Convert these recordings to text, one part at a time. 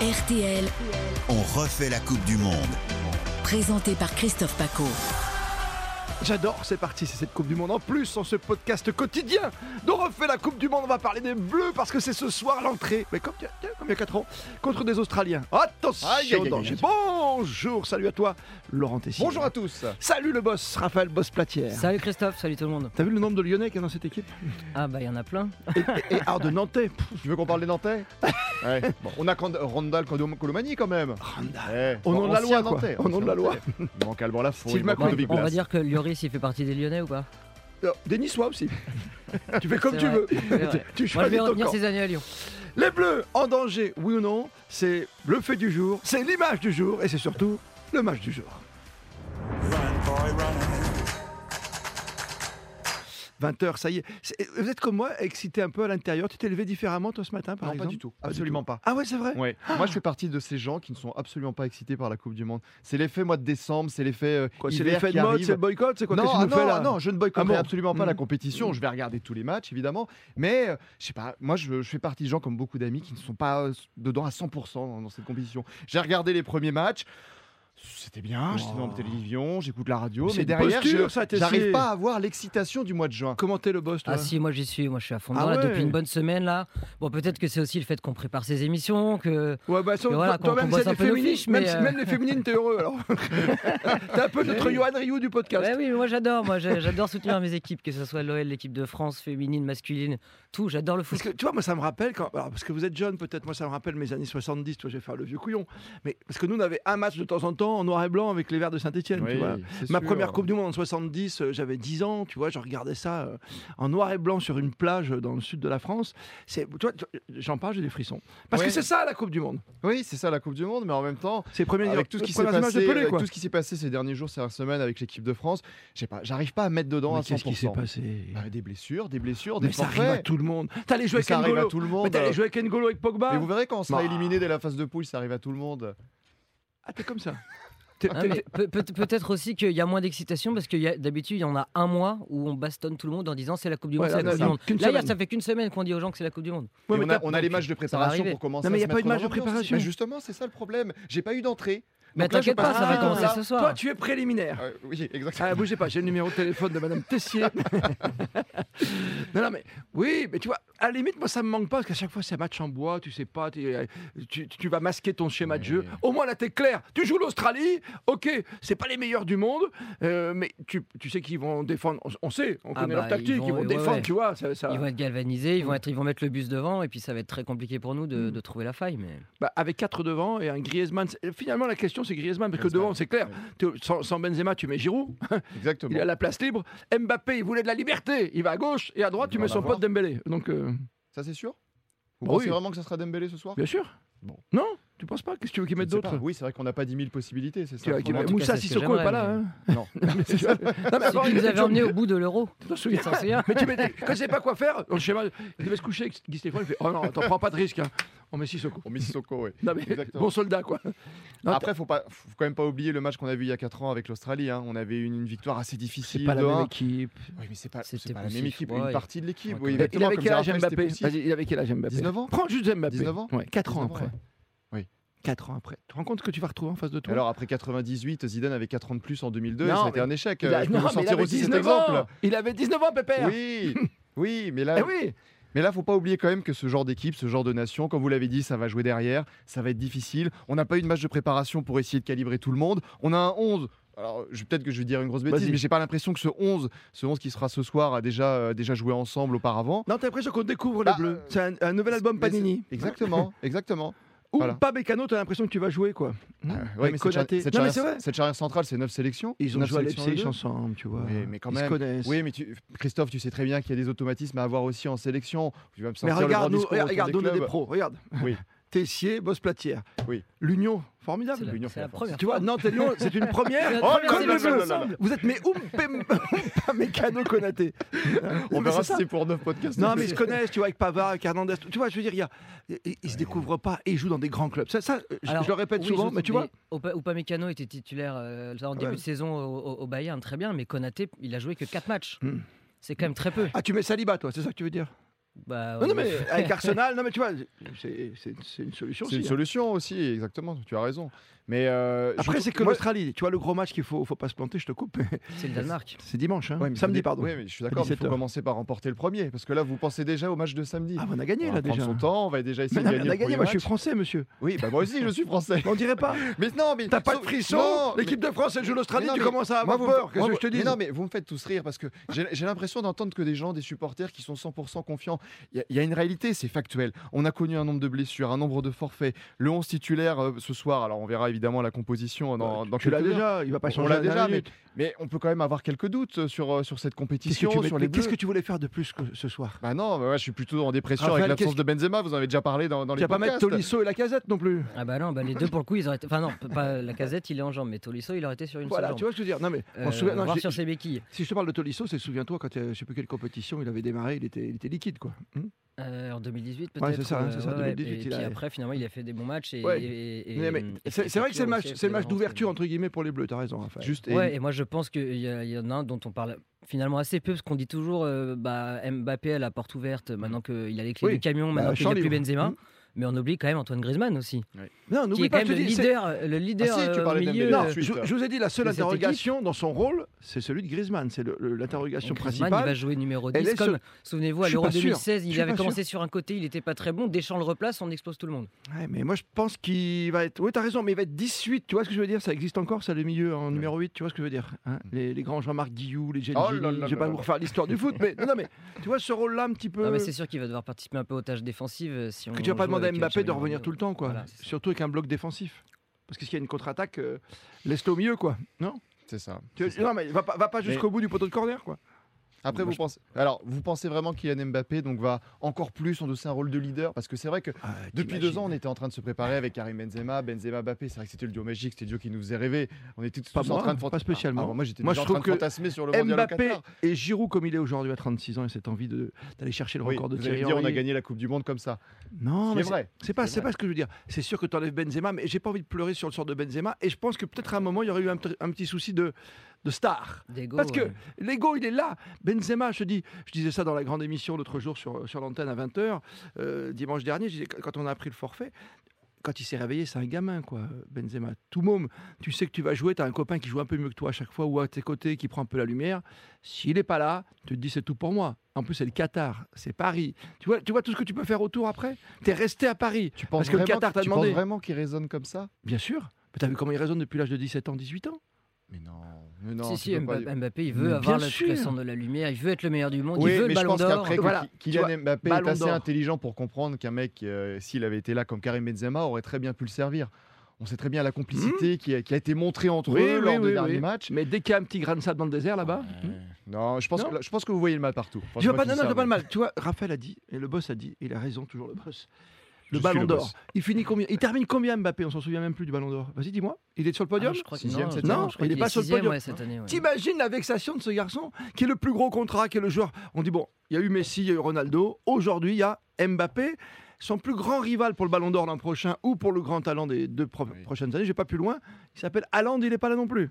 RTL, On refait la Coupe du Monde. présenté par Christophe Paco. J'adore, c'est parti, c'est cette Coupe du Monde en plus, en ce podcast quotidien dont on refait la Coupe du Monde, on va parler des Bleus parce que c'est ce soir l'entrée, mais comme, tiens, tiens, comme il y a 4 ans, contre des Australiens. Attention Aïe, aïe, aïe, aïe, danger. aïe. Bonjour, salut à toi, Laurent Tessier. Bonjour à tous. Salut le boss, Raphaël Boss Platière. Salut Christophe, salut tout le monde. T'as vu le nombre de Lyonnais qu'il y a dans cette équipe Ah bah il y en a plein. Et, et, et Arde Nantais, pff, Tu veux qu'on parle des Nantais Ouais. Bon, On a Cond- Randall Condom- Colomani quand même. Ah, Randall. Eh, Au nom de la ancien loi, quoi. Nantais, Au nom de la loi. Il manque Alban Lafont, Steve il manque Macron. Bon, Big on va Blast. dire que Lloris il fait partie des Lyonnais ou pas Euh, Des Niçois aussi. tu fais comme C'est tu vrai, veux. c'est vrai. tu Moi je choisis vais ton retenir camp. ces années à Lyon. Les Bleus en danger, oui ou non C'est le fait du jour, c'est l'image du jour et c'est surtout le match du jour. 20h, ça y est. C'est- Vous êtes comme moi, excité un peu à l'intérieur. Tu t'es levé différemment toi ce matin, par Non, pas exemple du tout. Absolument pas. Ah ouais, c'est vrai Ouais. Moi, je fais partie de ces gens qui ne sont absolument pas excités par la Coupe du Monde. C'est l'effet mois de décembre, c'est l'effet euh, Quoi, C'est hiver l'effet qui de mode, arrive. c'est le boycott, c'est quoi non, Qu'est-ce que ah tu nous fais non, là ah non, je ne boycotterai Ah bon absolument pas Mhm. la compétition. Je vais regarder tous les matchs, évidemment. Mais euh, je sais pas, moi, je, je fais partie de gens comme beaucoup d'amis qui ne sont pas euh, dedans à 100% dans, dans cette compétition. J'ai regardé les premiers matchs. C'était bien, j'étais dans Oh. la télévision, j'écoute la radio, C'est mais une derrière, posture, je- ça, Tessier. j'arrive pas à avoir l'excitation du mois de juin. Comment t'es le boss toi Ah si, moi j'y suis, moi je suis à fond Ah dedans là, ouais. depuis une bonne semaine là. Bon peut-être que c'est aussi le fait qu'on prépare ses émissions, que Ouais, bah, toi- voilà, qu'on- toi-même, qu'on bosse c'est un des peu nos féministes. fiches, mais, même, si- euh, même les féminines, t'es heureux alors. t'es un peu notre Johan Rioux du podcast. Ouais, oui, mais moi j'adore, moi j'ai- j'adore soutenir mes équipes, que ce soit l'OL, l'équipe de France, féminine, masculine, tout, j'adore le Parce foot. que tu vois, moi ça me rappelle, quand, alors, parce que vous êtes jeune peut-être, moi ça me rappelle mes années 70, toi je vais faire le vieux couillon, mais parce que nous on avait un match de temps en temps en noir et blanc avec les Verts de Saint-Etienne. Oui, c'est Ma sûr. première Coupe du Monde en 70, euh, j'avais 10 ans, tu vois, je regardais ça euh, en noir et blanc sur une plage euh, dans le sud de la France. C'est, tu vois, tu vois, j'en parle, j'ai des frissons. Parce que Ouais. c'est ça la Coupe du Monde. Oui, c'est ça la Coupe du Monde, mais en même temps, C'est les premières- avec tout ce qui les s'est premières images de passé, Pelé, avec quoi. tout ce qui s'est passé ces derniers jours, ces dernières semaines avec l'équipe de France, je sais pas, j'arrive pas à mettre dedans Mais à 100%. qu'est-ce qui s'est passé Bah, des blessures, des blessures, des Mais ça arrive à forfaits. tout le monde. T'as les jouer Mais avec ça arrive à N'Golo. tout le Mais monde. Bah, t'as les jouer avec N'Golo avec Pogba. Mais vous verrez quand on sera Bah. éliminé dès la phase de poule, ça arrive à tout le monde. Ah, t'es comme ça. T'es- Ah, Hein, t'es- mais peut- peut- peut-être aussi qu'il y a moins d'excitation parce que y a- d'habitude il y en a un mois où on bastonne tout le monde en disant c'est la Coupe du Monde, Ouais, c'est là, la Coupe ça- du Monde. qu'une Là, il y a- semaine. ça fait qu'une semaine qu'on dit aux gens que c'est la Coupe du Monde. Ouais, Et mais on, a, t'as- on a les matchs de préparation arriver. pour commencer. Non, mais à y a se pas mettre eu de match en de ambiance. préparation. Mais justement, c'est ça le problème. J'ai pas eu d'entrée. Mais Donc là, je t'inquiète pas, passe ça va à- commencer là. ce soir. Toi, tu es préliminaire. Ah, oui, exactement. Ah, bougez pas, j'ai le numéro de téléphone de Madame Tessier. non, non, mais oui, mais tu vois, à la limite, moi, ça me manque pas parce qu'à chaque fois, c'est un match en bois, tu sais pas, t'es- euh, tu, tu vas masquer ton schéma de jeu. Au moins, là, t'es clair. Tu joues l'Australie, ok, c'est pas les meilleurs du monde, euh, mais tu, tu sais qu'ils vont défendre. On, on sait, on Ah connaît bah, leur tactique, ils ils vont, vont- ouais, défendre, ouais. tu vois. Ça, ça- Ils vont être galvanisés, ils Mm. vont, être, ils vont mettre le bus devant, et puis ça va être très compliqué pour nous de, de trouver la faille. Mais... bah, avec quatre devant et un Griezmann. c'est- Finalement, la question, c'est Griezmann, parce que Griezmann, devant, c'est clair. ouais. T'es- Sans, sans Benzema, tu mets Giroud. Exactement. Ah, Il a la place libre. Mbappé, il voulait de la liberté. Il va à gauche et à droite, Il tu va mets en son avoir. pote Dembélé. Donc, euh, Ça, c'est sûr Vous Bah pensez oui. vraiment que ça sera Dembélé ce soir bien sûr. Bon. Non Tu penses pas Qu'est-ce que tu veux qu'il Je mette ne sais pas. d'autres Oui, c'est vrai qu'on n'a pas 10 000 possibilités, c'est ça. Tu vois, qu'il On met- a- tout cas, Moussa c'est ce que Sissoko est j'aimerais, pas là. hein. Non. Mais c'est- Non, mais C'est avant, qui il nous était avait emmenés au bout de l'euro. toujours- t'en souviens Tu t'en souviens Mais tu m'étais- quand je sais pas quoi faire, on schéma, il devait se coucher avec Guy Stéphane. Il fait Oh non, attends, prends pas de risque. hein. On met Sissoko. Au Mississauga, oui. Non, mais Exactement. bon soldat, quoi. Non, Après, faut pas, faut quand même pas oublier le match qu'on a vu il y a 4 ans avec l'Australie. hein. On avait une, une victoire assez difficile. c'est pas la 2-1. même équipe. Oui, mais c'est pas, c'est C'était pas la même poussif, équipe, ouais, une il- partie de l'équipe. ouais, quand même. oui, Il exactement, avait comme quel âge disait Raphaël, Mbappé c'était Vas-y, il avait quel âge Mbappé 19 ans Prends juste Mbappé. 19 ans Ouais, 4 ans 19 ans, après. ouais. Oui. 4 ans après. Tu te rends compte ce que tu vas retrouver en face de toi Alors après 98, Zidane avait 4 ans de plus en 2002, Non, et ça a été mais- un échec. Il a- Euh, Je peux non, vous mais il sortir avait aussi cet 19 ans. exemple. Il avait 19 ans, Pépère Oui, euh, oui, mais là, Eh oui mais là, faut pas oublier quand même que ce genre d'équipe, ce genre de nation, comme vous l'avez dit, ça va jouer derrière, ça va être difficile. On n'a pas eu de match de préparation pour essayer de calibrer tout le monde. On a un 11. Alors, je- peut-être que je vais dire une grosse bêtise, Vas-y. mais j'ai pas l'impression que ce 11, ce 11 qui sera ce soir, a déjà, euh, déjà joué ensemble auparavant. Non, t'as l'impression qu'on découvre Bah, les Bleus. euh, C'est un, un nouvel album Mais c'est- Panini. Exactement, exactement. Ou voilà. Ah, pas Bécano, t'as l'impression que tu vas jouer, quoi. Ouais, Ouais, mais cette Konaté. charnière- cette Non, mais c'est charnière- vrai. cette charnière centrale, c'est 9 sélections. Ils ont Neuf joué à sélections les Leipzig deux. ensemble, tu vois. Oui, mais quand Ils se même. connaissent. Oui, mais tu- Christophe, tu sais très bien qu'il y a des automatismes à avoir aussi en sélection. Tu vas me mais sortir le grand regarde, nous, discours autour regarde, regarde, des nous, on est des clubs. pros. Regarde. Oui. Tessier, Bosse Platière. Oui. L'Union, C'est formidable. la, l'Union c'est fait la la force. première. Tu vois, Nantes et Lyon, c'est une première. C'est la Oh, première comme le sélection bleu. ensemble. Vous êtes mais Oumpe Mécano Konaté. On verra si ça. c'est pour 9 podcasts. Non, mais ils se connaissent, tu vois, avec Pavard, avec Hernandez. Tu vois, je veux dire, il y a- ils ils se découvrent pas et ils jouent dans des grands clubs. Ça, ça je, Alors, je le répète oui, souvent, je- mais tu vois. Opa- Upamecano était titulaire euh, en début Ouais. de saison au, au- au Bayern, très bien, mais Konaté, il a joué que 4 matchs. Hmm. C'est quand même très peu. Ah, tu mets Saliba, toi, c'est ça que tu veux dire Bah, Euh, Non, non, ouais. mais avec Arsenal, non, mais tu vois, c'est c'est- c'est une solution C'est aussi. une hein. solution aussi, exactement. Tu as raison. Mais euh, je Après, trouve- c'est que moi- l'Australie. Tu vois, le gros match qu'il faut, faut pas se planter, je te coupe. mais C'est le Danemark. C'est dimanche, hein. Ouais, mais samedi, faut dé- pardon. Oui, mais je suis d'accord. Il 17 faut heures. commencer par remporter le premier, parce que là, vous pensez déjà au match de samedi. Ah, mais on a on gagné, va là, prendre déjà. son temps, on va déjà essayer Mais de non, mais on gagner. a le gagné, premier moi je suis match. français, monsieur. Oui, bah moi aussi, je suis français. On dirait pas Mais non, mais T'as pas de sauf- frisson Non, mais- L'équipe de France, elle joue l'Australie, Mais non, tu mais commences à Moi, avoir vous- peur, qu'est-ce moi, que vous- je te mais dis non, mais vous me faites tous rire parce que j'ai j'ai l'impression d'entendre que des gens, des supporters qui sont 100% confiants. Il y a- il y, a une réalité, c'est factuel. On a connu un nombre de blessures, un nombre de forfaits. Le 11 titulaire euh, ce soir, alors on verra évidemment la composition dans, dans Bah, Tu l'as quelques heures. déjà, il va pas On changer. l'a à la déjà, dernière mais- minute. Mais on peut quand même avoir quelques doutes euh, sur, euh, sur cette Qu'est-ce que compétition, tu veux- sur les mais qu'est-ce Bleus. que tu voulais faire de plus que ce soir Bah non, bah ouais, je suis plutôt en dépression Raphaël, avec qu'est-ce l'absence de Benzema, vous en avez déjà parlé dans, dans Tu les vas pas mettre podcasts. Tolisso et la casette non plus. Ah bah non, bah les deux pour le coup, ils auraient été... Enfin non, p- pas la casette, il est en jambe, mais Tolisso, il aurait été sur une Voilà, seule tu jambe. vois ce que je veux dire. Non, mais on Euh, se souvient- non, voir j'ai- sur ses béquilles. Si je te parle de Tolisso, c'est souviens-toi quand euh, je sais plus quelle compétition il avait démarré, il était, il était liquide quoi. Hmm Euh, en 2018 peut-être. Ouais, c'est ça, hein, euh, c'est ça, 2018, et il puis a- après, finalement, il a fait des bons matchs. Et, Ouais. et- euh, et- Mais- mais et- c'est et c'est vrai que c'est le Shakir match, aussi, c'est le match Florence, d'ouverture euh, entre guillemets pour les Bleus. T'as raison, Raphaël. Juste, et- Ouais, et moi je pense qu'il y, a- il y en a un dont on parle finalement assez peu, parce qu'on dit toujours euh, bah, Mbappé à la porte ouverte, maintenant qu'il a les clés Mmh. Oui, du camion, Bah, maintenant qu'il champ n'y a plus libre. Benzema. Hmm. Mais on oublie quand même Antoine Griezmann aussi, Non, qui est n'oublie quand pas, je même te le dis, c'est- leader, euh, le leader Ah si, tu euh, au parlais de milieu. Dembélé. euh, Non, je, Ensuite, je vous ai dit, la seule de cette interrogation dans son rôle, c'est celui de Griezmann. C'est le- le- l'interrogation Griezmann, il va principale. jouer numéro Elle 10. est Comme, sur- souvenez-vous, à Je suis l'Euro pas sûr. 2016, Je il suis avait pas commencé sur un côté, il n'était pas très bon. Deschamps le replace, on explose tout le monde. Ouais, mais moi, je pense qu'il va être. Oui, t'as raison, mais il va être 18. Tu vois ce que je veux dire Ça existe encore, ça, le milieu en numéro 8. Tu vois ce que je veux dire hein les, les grands Jean-Marc Guillou, les Gengini. Mm. Oh là là je vais là pas là vous là. refaire l'histoire du foot, mais. Non, non, mais tu vois ce rôle-là un petit peu. Non, mais c'est sûr qu'il va devoir participer un peu aux tâches défensives. euh, Si on Euh, que tu vas pas joue demander à avec, euh, Mbappé de Thierry revenir Henry. tout le temps, quoi. Voilà, c'est ça. Surtout avec un bloc défensif. Parce que s'il y a une contre-attaque, euh, laisse-le au milieu, quoi. Non C'est ça. Tu- Non, mais va pas, va pas jusqu'au bout du poteau de corner, quoi. Après, Moi, vous je- pensez... Alors, vous pensez vraiment que Kylian Mbappé donc, va encore plus endosser un rôle de leader Parce que c'est vrai que Depuis deux ans, on était en train de se préparer avec Karim Benzema, Benzema Mbappé. C'est vrai que c'était le duo magique, c'était le duo qui nous faisait rêver. On était tous Pas en moi, train de pas fanta- spécialement. Ah, ah, moi, j'étais Moi, déjà je en train trouve de que fantasmer sur le mondial au Mbappé Qatar. et Giroud, comme il est aujourd'hui à 36 ans, et cette envie de- d'aller chercher le Oui, record de vous allez Thierry me dire, on a Henry. gagné la Coupe du Monde comme ça. Non, C'est mais vrai. C'est pas, C'est c'est vrai. pas ce que je veux dire. C'est sûr que tu enlèves Benzema, mais j'ai pas envie de pleurer sur le sort de Benzema. Et je pense que peut-être à un moment, il y aurait eu un, petit- un petit souci de, de star. Diego, Parce que ouais. l'ego, il est là. Benzema, je, dis, je disais ça dans la grande émission l'autre jour sur, sur l'antenne à 20h, dimanche dernier, je disais, quand on a appris le forfait, quand il s'est réveillé, c'est un gamin, quoi, Benzema. Tout môme, tu sais que tu vas jouer, tu as un copain qui joue un peu mieux que toi à chaque fois ou à tes côtés, qui prend un peu la lumière. S'il n'est pas là, tu te dis, c'est tout pour moi. En plus, c'est le Qatar, c'est Paris. Tu vois, tu vois tout ce que tu peux faire autour après Tu es resté à Paris. Tu penses que le vraiment Qatar t'a tu penses demandé. vraiment qu'il résonne comme ça Bien sûr. Mais t'as vu comment il raisonne depuis l'âge de 17 ans, 18 ans Mais non. Mais non. si, tu si, peux pas Mbappé, dire. Mbappé, il Mais veut avoir bien la toute sûr. la cendre de la lumière, il veut être le meilleur du monde, Oui, il veut le mais je ballon pense d'or. qu'après, que Voilà, Ky- tu Kylian vois, Mbappé Ballon est assez d'or. intelligent pour comprendre qu'un mec, euh, s'il avait été là comme Karim Benzema, aurait très bien pu le servir. On sait très bien la complicité qui, a, qui a été montrée entre Hmm Oui, eux oui, lors des oui, derniers oui. matchs. Mais dès qu'il y a un petit grain de sable dans le désert là-bas, hmm Non, je pense, Non. Que, je pense que vous voyez le mal partout. Tu vois pas, non, Franchement, non, je vois pas le sincèrement. mal. Tu vois, Raphaël a dit, et le boss a dit, et il a raison, toujours le boss. Le Je suis ballon le d'or. boss. Il finit combien Il termine combien Mbappé On s'en souvient même plus du ballon d'or. Vas-y, dis-moi. Il est sur le podium Ah, je crois que- Sixième, non, je septième, crois non, qu'il il est est pas sur le sixième, podium. ouais, cette année, ouais. T'imagines la vexation de ce garçon qui est le plus gros contrat, qui est le joueur. On dit, bon, il y a eu Messi, il y a eu Ronaldo. Aujourd'hui, il y a Mbappé. Son plus grand rival pour le ballon d'or l'an prochain ou pour le grand talent des deux pro- Oui. prochaines années, je vais pas plus loin. Il s'appelle Haaland, il n'est pas là non plus.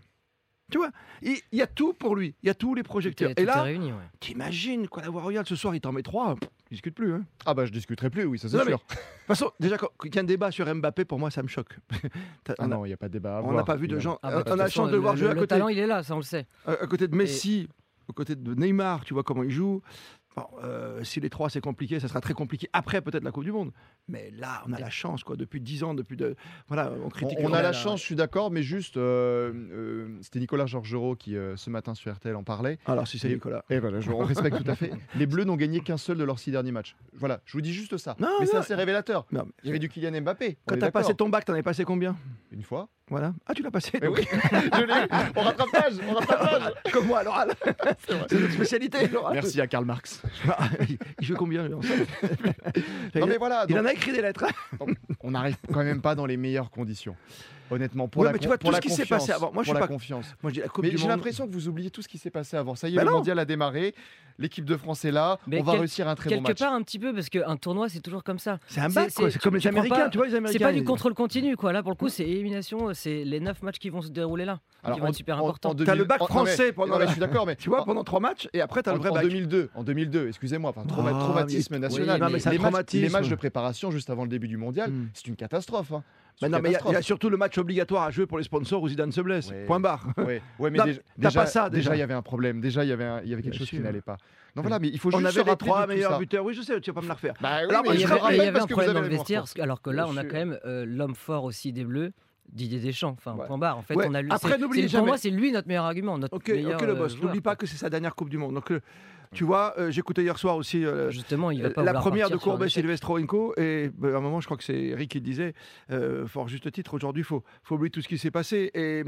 Tu vois, il il y a tout pour lui, il y a tous les Tout projecteurs. est- Et tout est là, réuni, ouais. t'imagines quoi, la Royale ce soir, il t'en met trois, pff, il discute plus. Hein. Ah bah je discuterai plus, oui, ça c'est Non, mais- sûr. Ah De toute façon, déjà, quand- qu'il y a un débat sur Mbappé, pour moi, ça me choque. T'as- on Ah a- non, il n'y a pas de débat. à on n'a avoir, pas vu de évidemment. gens. Ah bah, on a toute la façon, chance de le- voir le- jouer à Le côté, talent, il est là, ça on le sait. à à côté de Messi, aux côtés de Neymar, tu vois comment il joue. Bon, euh, si les trois, c'est compliqué, ça sera très compliqué après, peut-être, la Coupe du Monde. Mais là, on a la chance, quoi. Depuis 10 ans, depuis. De... Voilà, on On, critique. le on a Real. la là, chance, ouais. je suis d'accord, mais juste, euh, euh, c'était Nicolas Georgerot qui, euh, ce matin sur RTL, en parlait. Alors, si c'est Et- Nicolas. Et voilà, je, on respecte tout à fait. Les Bleus n'ont gagné qu'un seul de leurs six derniers matchs. Voilà, je vous dis juste ça. Non, mais non. ça, c'est révélateur. Non, mais- Il y avait du Kylian Mbappé. on Quand est t'as passé d'accord. ton bac, t'en as passé combien Une fois. Voilà. Ah, tu l'as passé Eh donc. oui, je l'ai eu. On rattrapage, on rattrapage. Comme moi, à l'oral. Ah, C'est notre spécialité, l'oral. Ah, Merci à Karl Marx. Il joue combien lui, en salle Non mais voilà, Il donc, en a écrit des lettres. hein. on n'arrive quand même pas dans les meilleures conditions. honnêtement, pour Ouais, la, mais tu con- vois, pour tout la ce qui s'est confiance. passé avant, moi, je pour suis la pas- confiance. Moi, je dis la Coupe Mais du j'ai Monde. l'impression que vous oubliez tout ce qui s'est passé avant. Ça y est, Bah le non. mondial a démarré, l'équipe de France est là, Mais on va quel- réussir un très bon Quelque match. part, un petit peu, parce qu'un tournoi, c'est toujours comme ça. C'est un C'est- bac, quoi. c'est- C'est tu- comme les tu prends Américains, pas- tu vois, les C'est Américains. pas du ils- contrôle continu, quoi. Là, pour le coup, c'est élimination, c'est les 9 matchs qui vont se dérouler là. qui vont en- être super en- en importants. 2000 T'as le bac en- non, mais- français pendant non, mais la- Je suis d'accord, mais Tu vois, en- pendant trois matchs, et après, t'as le en- vrai en bac. 2002, en 2002, excusez-moi, enfin, trauma- Ah, traumatisme mais- national. oui, non, mais les, c'est un matchs- traumatisme. les matchs de préparation juste avant le début du mondial, Hmm. c'est une catastrophe. hein. C'est Mais une Bah non, mais il y a- il y, a catastrophe. surtout le match obligatoire à jouer pour les sponsors où Zidane se blesse. Ouais. Point barre. Ouais, ouais, mais Non, dé- mais t'as déjà, pas ça, déjà. il y avait un problème. Déjà, il y avait, un- il y avait quelque Bien chose qui sûr. n'allait pas. Non, voilà, mais il faut On juste se avait les rappeler de trois tout meilleurs ça. buteurs. Oui, je sais, tu vas pas me la refaire. Bah oui, Alors, mais moi, Et je il y le avait, rappelle et il y avait parce un que vous problème avez dans le mémoire vestiaire, courte. parce que- alors que là, Bien on a sûr. quand même euh, l'homme fort aussi des Bleus, Didier Deschamps. Enfin, Ouais. point barre. En fait, Ouais. on a lu. Après, c'est- n'oubliez c'est- jamais. Pour moi, c'est lui notre meilleur argument. Notre Ok, meilleur, ok, le euh, boss. joueur. N'oublie pas que c'est sa dernière Coupe du Monde. Donc, euh, tu vois, euh, j'écoutais hier soir aussi euh, Justement, il va pas la vouloir première de partir sur un Courbet, échec. Silvestro-Enco. Et ben, à un moment, je crois que c'est Eric qui le disait, euh, fort juste titre, aujourd'hui, il faut, faut oublier tout ce qui s'est passé. Et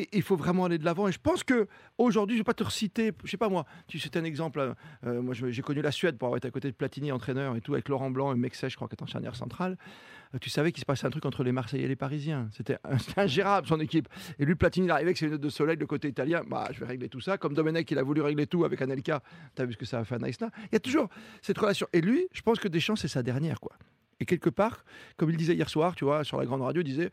et il faut vraiment aller de l'avant. Et je pense que aujourd'hui, je vais pas te reciter, je sais pas moi, tu c'est un exemple. euh, euh, moi, je- j'ai connu la Suède pour avoir été à côté de Platini, entraîneur et tout, avec Laurent Blanc et Mexet, je crois, qui est en charnière centrale. Euh, tu savais qu'il se passait un truc entre les Marseillais et les Parisiens. C'était un- c'était ingérable, son équipe. Et lui, Platini, il arrivait avec ses notes de soleil, le côté italien. Bah, je vais régler tout ça. Comme Domenech, il a voulu régler tout avec Anelka. Tu as vu ce que ça a fait à Naïsna. Il y a toujours cette relation. Et lui, je pense que Deschamps, c'est sa dernière, quoi. Et quelque part, comme il disait hier soir, tu vois, sur la grande radio, il disait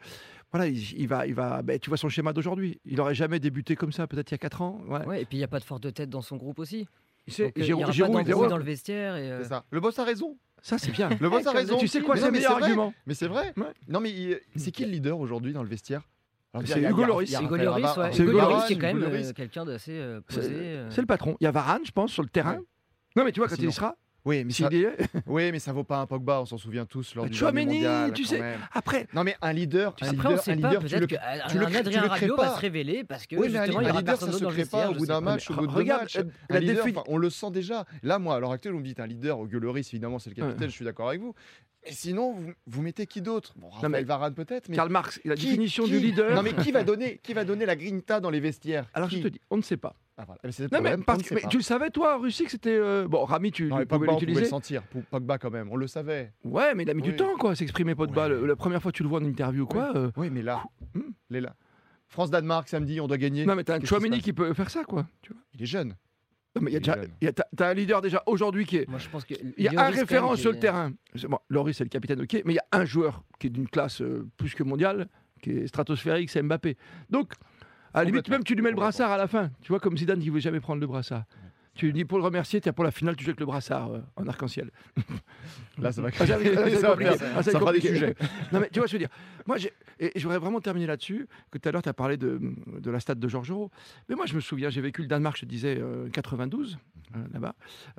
voilà, il, il va, il va. ben, tu vois son schéma d'aujourd'hui. Il n'aurait jamais débuté comme ça, peut-être il y a 4 ans. Ouais. Ouais, et puis il n'y a pas de force de tête dans son groupe aussi. Il sait- Donc, euh, Il n'y Giroud- aura Giroud, pas il dit, d'embrouille ouais, dans le vestiaire. et, euh, C'est ça. Le boss a raison. Ça, c'est bien. Le boss a comme raison. tu sais quoi, Mais c'est le non, mais meilleur vrai. argument. Mais c'est vrai. Ouais. Non, mais il- c'est qui le leader aujourd'hui dans le vestiaire Alors, C'est il y a- il y a- Hugo il y a- Lloris. il y a Hugo Raphaël Lloris, Ra- ouais. C'est Hugo Hugo Lloris, Lloris, qui est quand même Hugo euh, Lloris. quelqu'un d'assez euh, C'est posé. euh. c'est le patron. Il y a Varane, je pense, sur le terrain. Ouais. Non, mais tu vois, quand il Sinon. y sera. Oui, mais s'il ça, y est- oui, mais ça vaut pas un Pogba, on s'en souvient tous lors Bah, du dernier Tchouaméni, mondial. tu quand sais. même. Après, Non, mais un leader, un Après, leader, on ne sait un pas, leader, tu peut-être le tu le qu'un crées- tu Adrien le crées Radio pas. va se révéler parce que Oui, mais un, justement, il un n'y aura leader, ça personne se d'autre dans le crée pas vestiaire. au je bout sais d'un pas. match, au mais bout de deux regarde, matchs. euh, Un la leader, défi- enfin, on le sent déjà. Là, moi, à l'heure actuelle, on me dit un leader. Hugo Lloris, évidemment, c'est le capitaine, je suis d'accord avec vous. Mais sinon, vous, vous mettez qui d'autre Bon, Raphaël mais- Varane peut-être, mais Karl Marx, la qui- définition qui- du leader. Non, mais qui va donner, qui va donner la grinta dans les vestiaires Alors, je Qui te dis, on ne sait pas. Ah, voilà. Mais c'est le Non, mais, problème, parce on ne que- sait mais pas. tu le savais, toi, en Russie, que c'était. euh, Bon, Rami, tu Non, tu mais pouvais Pogba, on pouvait le l'utiliser. sentir. Pou- Pogba, quand même, on le savait. Ouais, mais il a mis du Oui. temps, quoi, à s'exprimer, pas de Ouais. balle. La première fois que tu le vois en interview, ou quoi. euh, Oui, mais là, Hmm. il est là. France-Danemark, samedi, on doit gagner. Non, mais t'as un Qu'est-ce qui se Chouameni passe qui peut faire ça, quoi. tu vois. Il est jeune. Non, mais il y a Il est déjà- jeune. il y a- t'as- t'as un leader déjà aujourd'hui qui est Moi, je pense que Il y a un Lloris, quand même, référent qui sur le est- terrain. C'est- Bon, Loris, c'est le capitaine, ok, mais il y a un joueur qui est d'une classe euh, plus que mondiale, qui est stratosphérique, c'est Mbappé. Donc, à la limite, Complètement. même tu lui mets le Complètement. brassard à la fin. Tu vois, comme Zidane qui ne veut jamais prendre le brassard. Tu lui dis pour le remercier, tiens, pour la finale, tu joues avec le brassard euh, en arc-en-ciel. Ah, Là, ça va ça va être- ça Ça va va être faire- compliqué. Ah, ça fera des compliqué. sujets. Non, mais tu vois, je veux dire, moi, j'ai- et et je voudrais vraiment terminer là-dessus, que tout à l'heure, tu as parlé de, de la stade de Georgerot. Mais moi, je me souviens, j'ai vécu le Danemark, je te disais, euh, 92, euh, là-bas.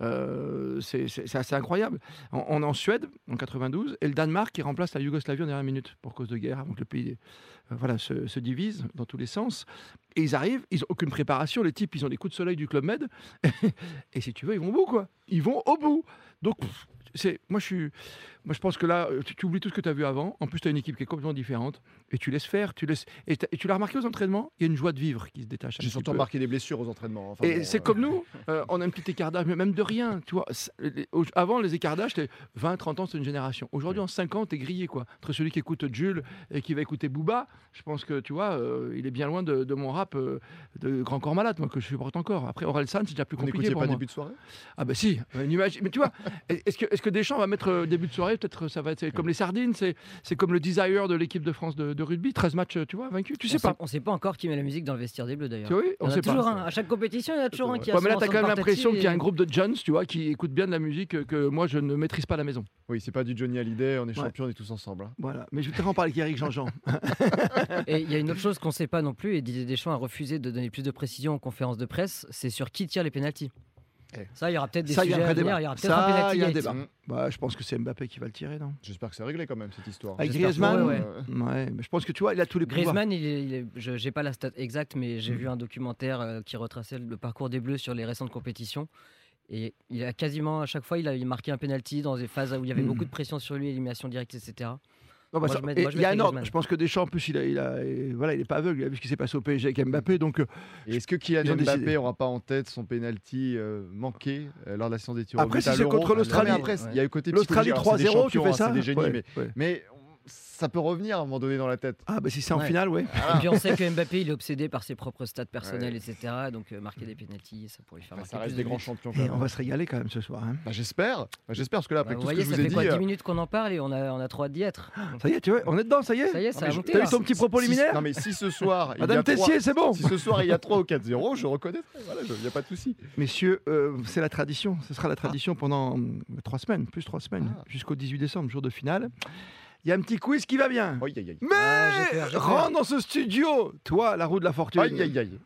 Euh, c'est c'est- c'est assez incroyable. On, on est en Suède, en 92, et le Danemark qui remplace la Yougoslavie en dernière minute pour cause de guerre, avant que le pays euh, voilà, se, se divise dans tous les sens. Et ils arrivent, ils n'ont aucune préparation, les types, ils ont des coups de soleil du Club Med. et si tu veux, ils vont au bout, quoi. Ils vont au bout. Donc, pff, c'est, moi, je suis, moi, je pense que là, euh, tu, tu oublies tout ce que tu as vu avant. En plus, tu as une équipe qui est complètement différente. Et tu laisses faire. Tu laisses, et, t'as- et tu l'as remarqué aux entraînements, il y a une joie de vivre qui se détache. un J'ai petit surtout peu. remarqué des blessures aux entraînements. Enfin, Et bon, c'est euh, comme nous, euh, on a un petit écart d'âge, mais même de rien. Tu vois, C'est- les- au- avant, les écarts d'âge, c'était 20, 30 ans, c'est une génération. Aujourd'hui, en 5 ans, t'es grillé, quoi. Entre celui qui écoute Jules et qui va écouter Booba, je pense que, tu vois, euh, il est bien loin de, de mon rap euh, de Grand Corps Malade, moi, que je supporte encore. Après, Aurel San, c'est déjà plus Vous compliqué n'écoutiez pour pas moi. début de soirée Ah bah si, une image. Mais tu vois, est-ce que, est-ce que Deschamps va mettre euh, début de soirée Peut-être ça va être c'est comme les sardines, c'est, c'est comme le desire de l'équipe de France de, de rugby, 13 matchs, euh, tu vois, vaincus, tu On sais pas. On ne sait pas encore qui met la musique dans le vestiaire des Bleus d'ailleurs. Tu vois, oui, Il y on en a sait toujours pas. un. À chaque compétition, il y en a toujours un qui a Ouais, mais là, son t'as quand même ensemble l'impression qu'il y a un et- groupe de Jones, tu vois, qui écoute bien de la musique euh, que moi je ne maîtrise pas à la maison. Oui, c'est pas du Johnny Hallyday, on est Ouais. champion, on est tous ensemble. hein. Voilà. Mais je vais te en parler avec Eric Jean-Jean. Et il y a une autre chose qu'on ne sait pas non plus, et Didier Deschamps a refusé de donner plus de précisions en conférence de presse, c'est sur qui tire les pénalties. Eh. Ça, il y aura peut-être des Ça, il y a sujets un à vrai venir, débat. il y aura peut-être Ça, un penalty il y a un gate. débat. Mm. bah, je pense que c'est Mbappé qui va le tirer, non J'espère que c'est réglé quand même cette histoire. Avec J'espère pour Griezmann eux, ouais. Euh, Ouais, mais je pense que tu vois, il a tous les pouvoirs. Griezmann, il est- il est- je n'ai pas la stat exacte, mais Mm. j'ai vu un documentaire euh, qui retraçait le parcours des Bleus sur les récentes compétitions. Et il a quasiment, à chaque fois, il a marqué un penalty dans des phases où il y avait Mm. beaucoup de pression sur lui, élimination directe, etc. Non, bah, Moi, ça- je mets- et moi, je il y a mettrais un ordre. Griezmann. Je pense que Deschamps, en plus, il, a, il, a- et voilà, il est pas aveugle. Il a vu ce qui s'est passé au PSG avec Mbappé. Donc, euh, Et est-ce que Kylian Ils ont décidé. Mbappé aura pas en tête son penalty euh, manqué euh, lors de la séance des tirs au Après, but si à c'est l'Euro contre Non, mais l'Australie- après, il y a eu côté l'Australie psychologie. Alors, c'est des 3-0, tu champions, fais hein, ça C'est des génies, Ouais, mais ouais. Mais ça peut revenir à un moment donné dans la tête. Ah, bah si c'est en Ouais. finale, oui. Ah. Et puis on sait que Mbappé, il est obsédé par ses propres stats personnelles, etc. Donc euh, marquer des pénalties, ça pourrait lui faire Bah, marquer ça reste plus des de grands buts. champions. quand Et même. on va se régaler quand même ce soir. hein. Bah, j'espère, Bah, j'espère parce que là, Bah, après vous tout voyez, ce que ça je vous ai fait dit, quoi 10 euh, minutes qu'on en parle et on a, on a trop hâte d'y être. Ça y est, tu vois, on est dedans, ça y est. Ça y est, ça mais a je- monté. hein. T'as là. eu ton petit propos si- liminaire Non mais si ce soir, il y a Madame trois- Tessier, c'est bon si ce soir il y a 3 ou 4-0, je reconnais. Voilà, je- il n'y a pas de souci. Messieurs, euh, c'est la tradition. Ce sera la tradition pendant hum, trois semaines, plus trois semaines, Ah. jusqu'au 18 décembre, jour de finale. Il y a un petit quiz qui va bien. Aïe aïe aïe. Mais Ah, j'ai peur, j'ai peur. rentre dans ce studio, toi, la roue de la fortune. Aïe aïe aïe.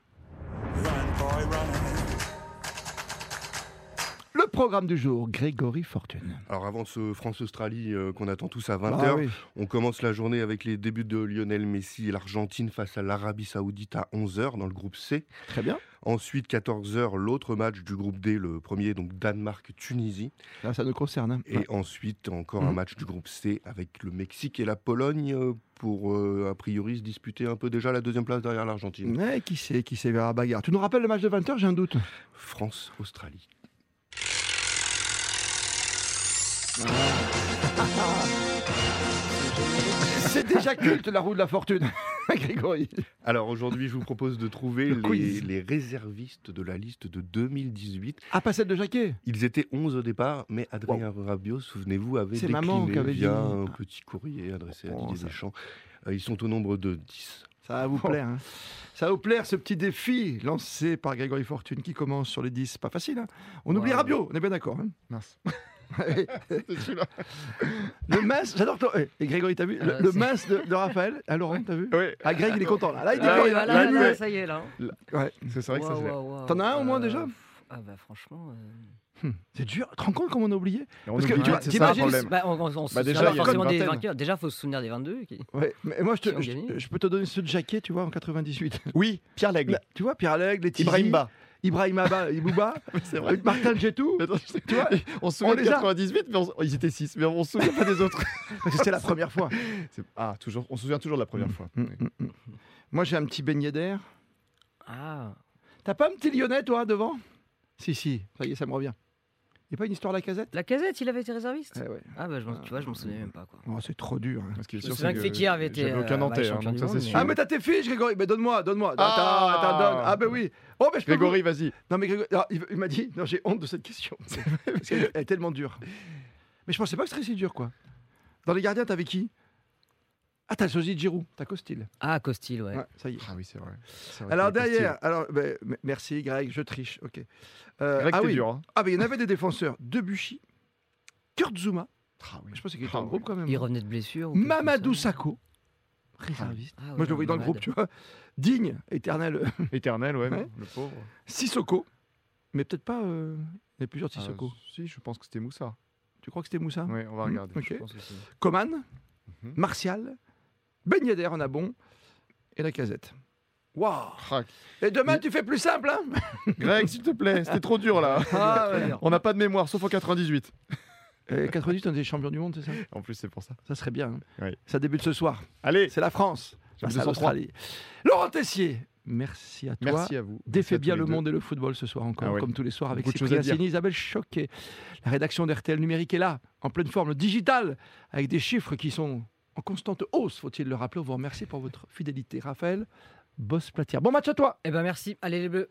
Le programme du jour, Grégory Fortune. Alors avant ce France-Australie euh, qu'on attend tous à 20h, Ah oui. on commence la journée avec les débuts de Lionel Messi et l'Argentine face à l'Arabie Saoudite à 11h dans le groupe C. Très bien. Ensuite 14h, l'autre match du groupe D, le premier donc Danemark-Tunisie. Là, ça nous concerne. hein. Et ensuite encore un Mhm. match du groupe C avec le Mexique et la Pologne euh, pour euh, a priori se disputer un peu déjà la deuxième place derrière l'Argentine. Ouais, qui sait, qui sait vers la bagarre. Tu nous rappelles le match de 20h, j'ai un doute. France-Australie. C'est déjà culte, la roue de la fortune. Grégory. Alors aujourd'hui je vous propose de trouver Le les, quiz. les réservistes de la liste de 2018 Ah, pas celle de Jacquet Ils étaient 11 au départ, mais Adrien Rabiot, souvenez-vous, avait C'est décliné maman qui avait dit via oui. un petit courrier adressé à Oh, Didier ça. Deschamps. Euh, ils sont au nombre de 10. Ça va vous plaire. hein. Ça va vous plaire, ce petit défi lancé par Grégory Fortune qui commence sur les 10. Pas facile. hein. on oublie Ouais. Rabiot, on est bien d'accord. hein. Mince. le mince, j'adore ton. eh, Et Grégory, t'as vu Le, Euh, le c'est- mince de, de Raphaël, à Laurent, t'as vu Ouais. Ah, Greg, il est content là. Là, il est Ah content, oui, il bah a- là, il a là, mué. là, ça y est, là. Ouais. Parce que c'est vrai que ça Waouh, se gère. waouh, waouh. T'en as un au moins, déjà Ah bah franchement. euh, Hum. C'est dur. Tu te rends compte comment on a oublié Et on Parce que oublie tu vois, vite, c'est ça le t'imagines- problème. bah, on, on- on se Bah, déjà, souvient il y a forcément une des vingtaine. vainqueurs. Déjà, faut se souvenir des 22. qui- ouais. Mais moi, je, Qui te, ont je- gagné je peux te donner ceux de Jacquet, tu vois, en 98. Oui, Pierre Lègle, Là, tu vois, Pierre Alec, les Tizi, Ibrahim Ba. Ibrahim Abba, Ibouba, C'est euh, Martin Getou. Attends, je sais- Tu vois, on se souvient on de les a. 98, mais on- oh, ils étaient 6, mais on se souvient pas des autres. Parce que c'est la première fois. C'est- Ah, toujours, on se souvient toujours de la première fois. Mm, mm, mm. Moi, j'ai un petit beignet d'air. Ah. T'as pas un petit lyonnais, toi, devant Si, si, ça y est, ça me revient. Y a pas une histoire de la casette La casette, il avait été réserviste Eh ouais. Ah bah je m'en- tu vois, je m'en souviens même pas quoi. Oh, c'est trop dur. hein. Ce qui est Je sûr, me souviens c'est que Fekir avait été, j'avais euh, aucun Nantais, hein, champion donc du ça monde, c'est mais- sûr. Ah, mais t'as tes fiches, Grégory Mais donne-moi, donne-moi. Attends, Ah. attends, donne. Ah, ben oui. Oh, mais je peux Grégory, vas-y. vous- Non, mais Grégory, alors, il, il m'a dit, non, j'ai honte de cette question. Parce qu'elle elle est tellement dure. Mais je pensais pas que ce serait si dur, quoi. Dans les gardiens, t'avais qui Ah, t'as choisi Giroud, t'as Costil. Ah, Costil, ouais. Ouais, ça y est. Ah oui, c'est vrai. C'est vrai Alors qu'il est postillé. derrière, alors, ben, m- merci Greg, je triche, ok. Euh, Greg, ah t'es oui, dur. hein. ah ben il y en avait des déféenseurs, Debuchy, Kurt Zuma, Ah oui. je pensais qu'il était Ah en oui. groupe quand même. Il revenait de blessure. ou quelque chose comme Mamadou ça. Sakho, réserviste. Ah ouais, Moi je le voyais dans le Mamad. groupe, tu vois. Digne, éternel, Éternel, ouais, Ouais. le pauvre. Sissoko, mais peut-être pas. euh, Il y a plusieurs Sissoko. Ah, si, je pense que c'était Moussa. Tu crois que c'était Moussa Oui, on va Hmm, regarder. ok. Je pense que c'est- Coman, Mhm. Martial, Ben Yedder en a bon, et la casette. Waouh Crac. Et demain tu fais plus simple, hein Greg, s'il te plaît, c'était trop dur là. ah, ouais. On n'a pas de mémoire, sauf en 98. Euh, 98, on est champion du monde, c'est ça En plus, c'est pour ça. Ça serait bien. hein. Oui. Ça débute ce soir. Allez, C'est la France face à 203. l'Australie. Laurent Tessier, merci à toi. merci à vous. Merci Défait à tous bien les le deux. monde et le football ce soir encore, Ah ouais. comme tous les soirs avec Beaucoup de choses à Cyprien dire. Sini, Isabelle Choquet. La rédaction d'RTL Numérique est là, en pleine forme, le digital, avec des chiffres qui sont en constante hausse, faut-il le rappeler. On vous remercie pour votre fidélité. Raphaël, boss platière. Bon match à toi Eh ben merci, allez les bleus.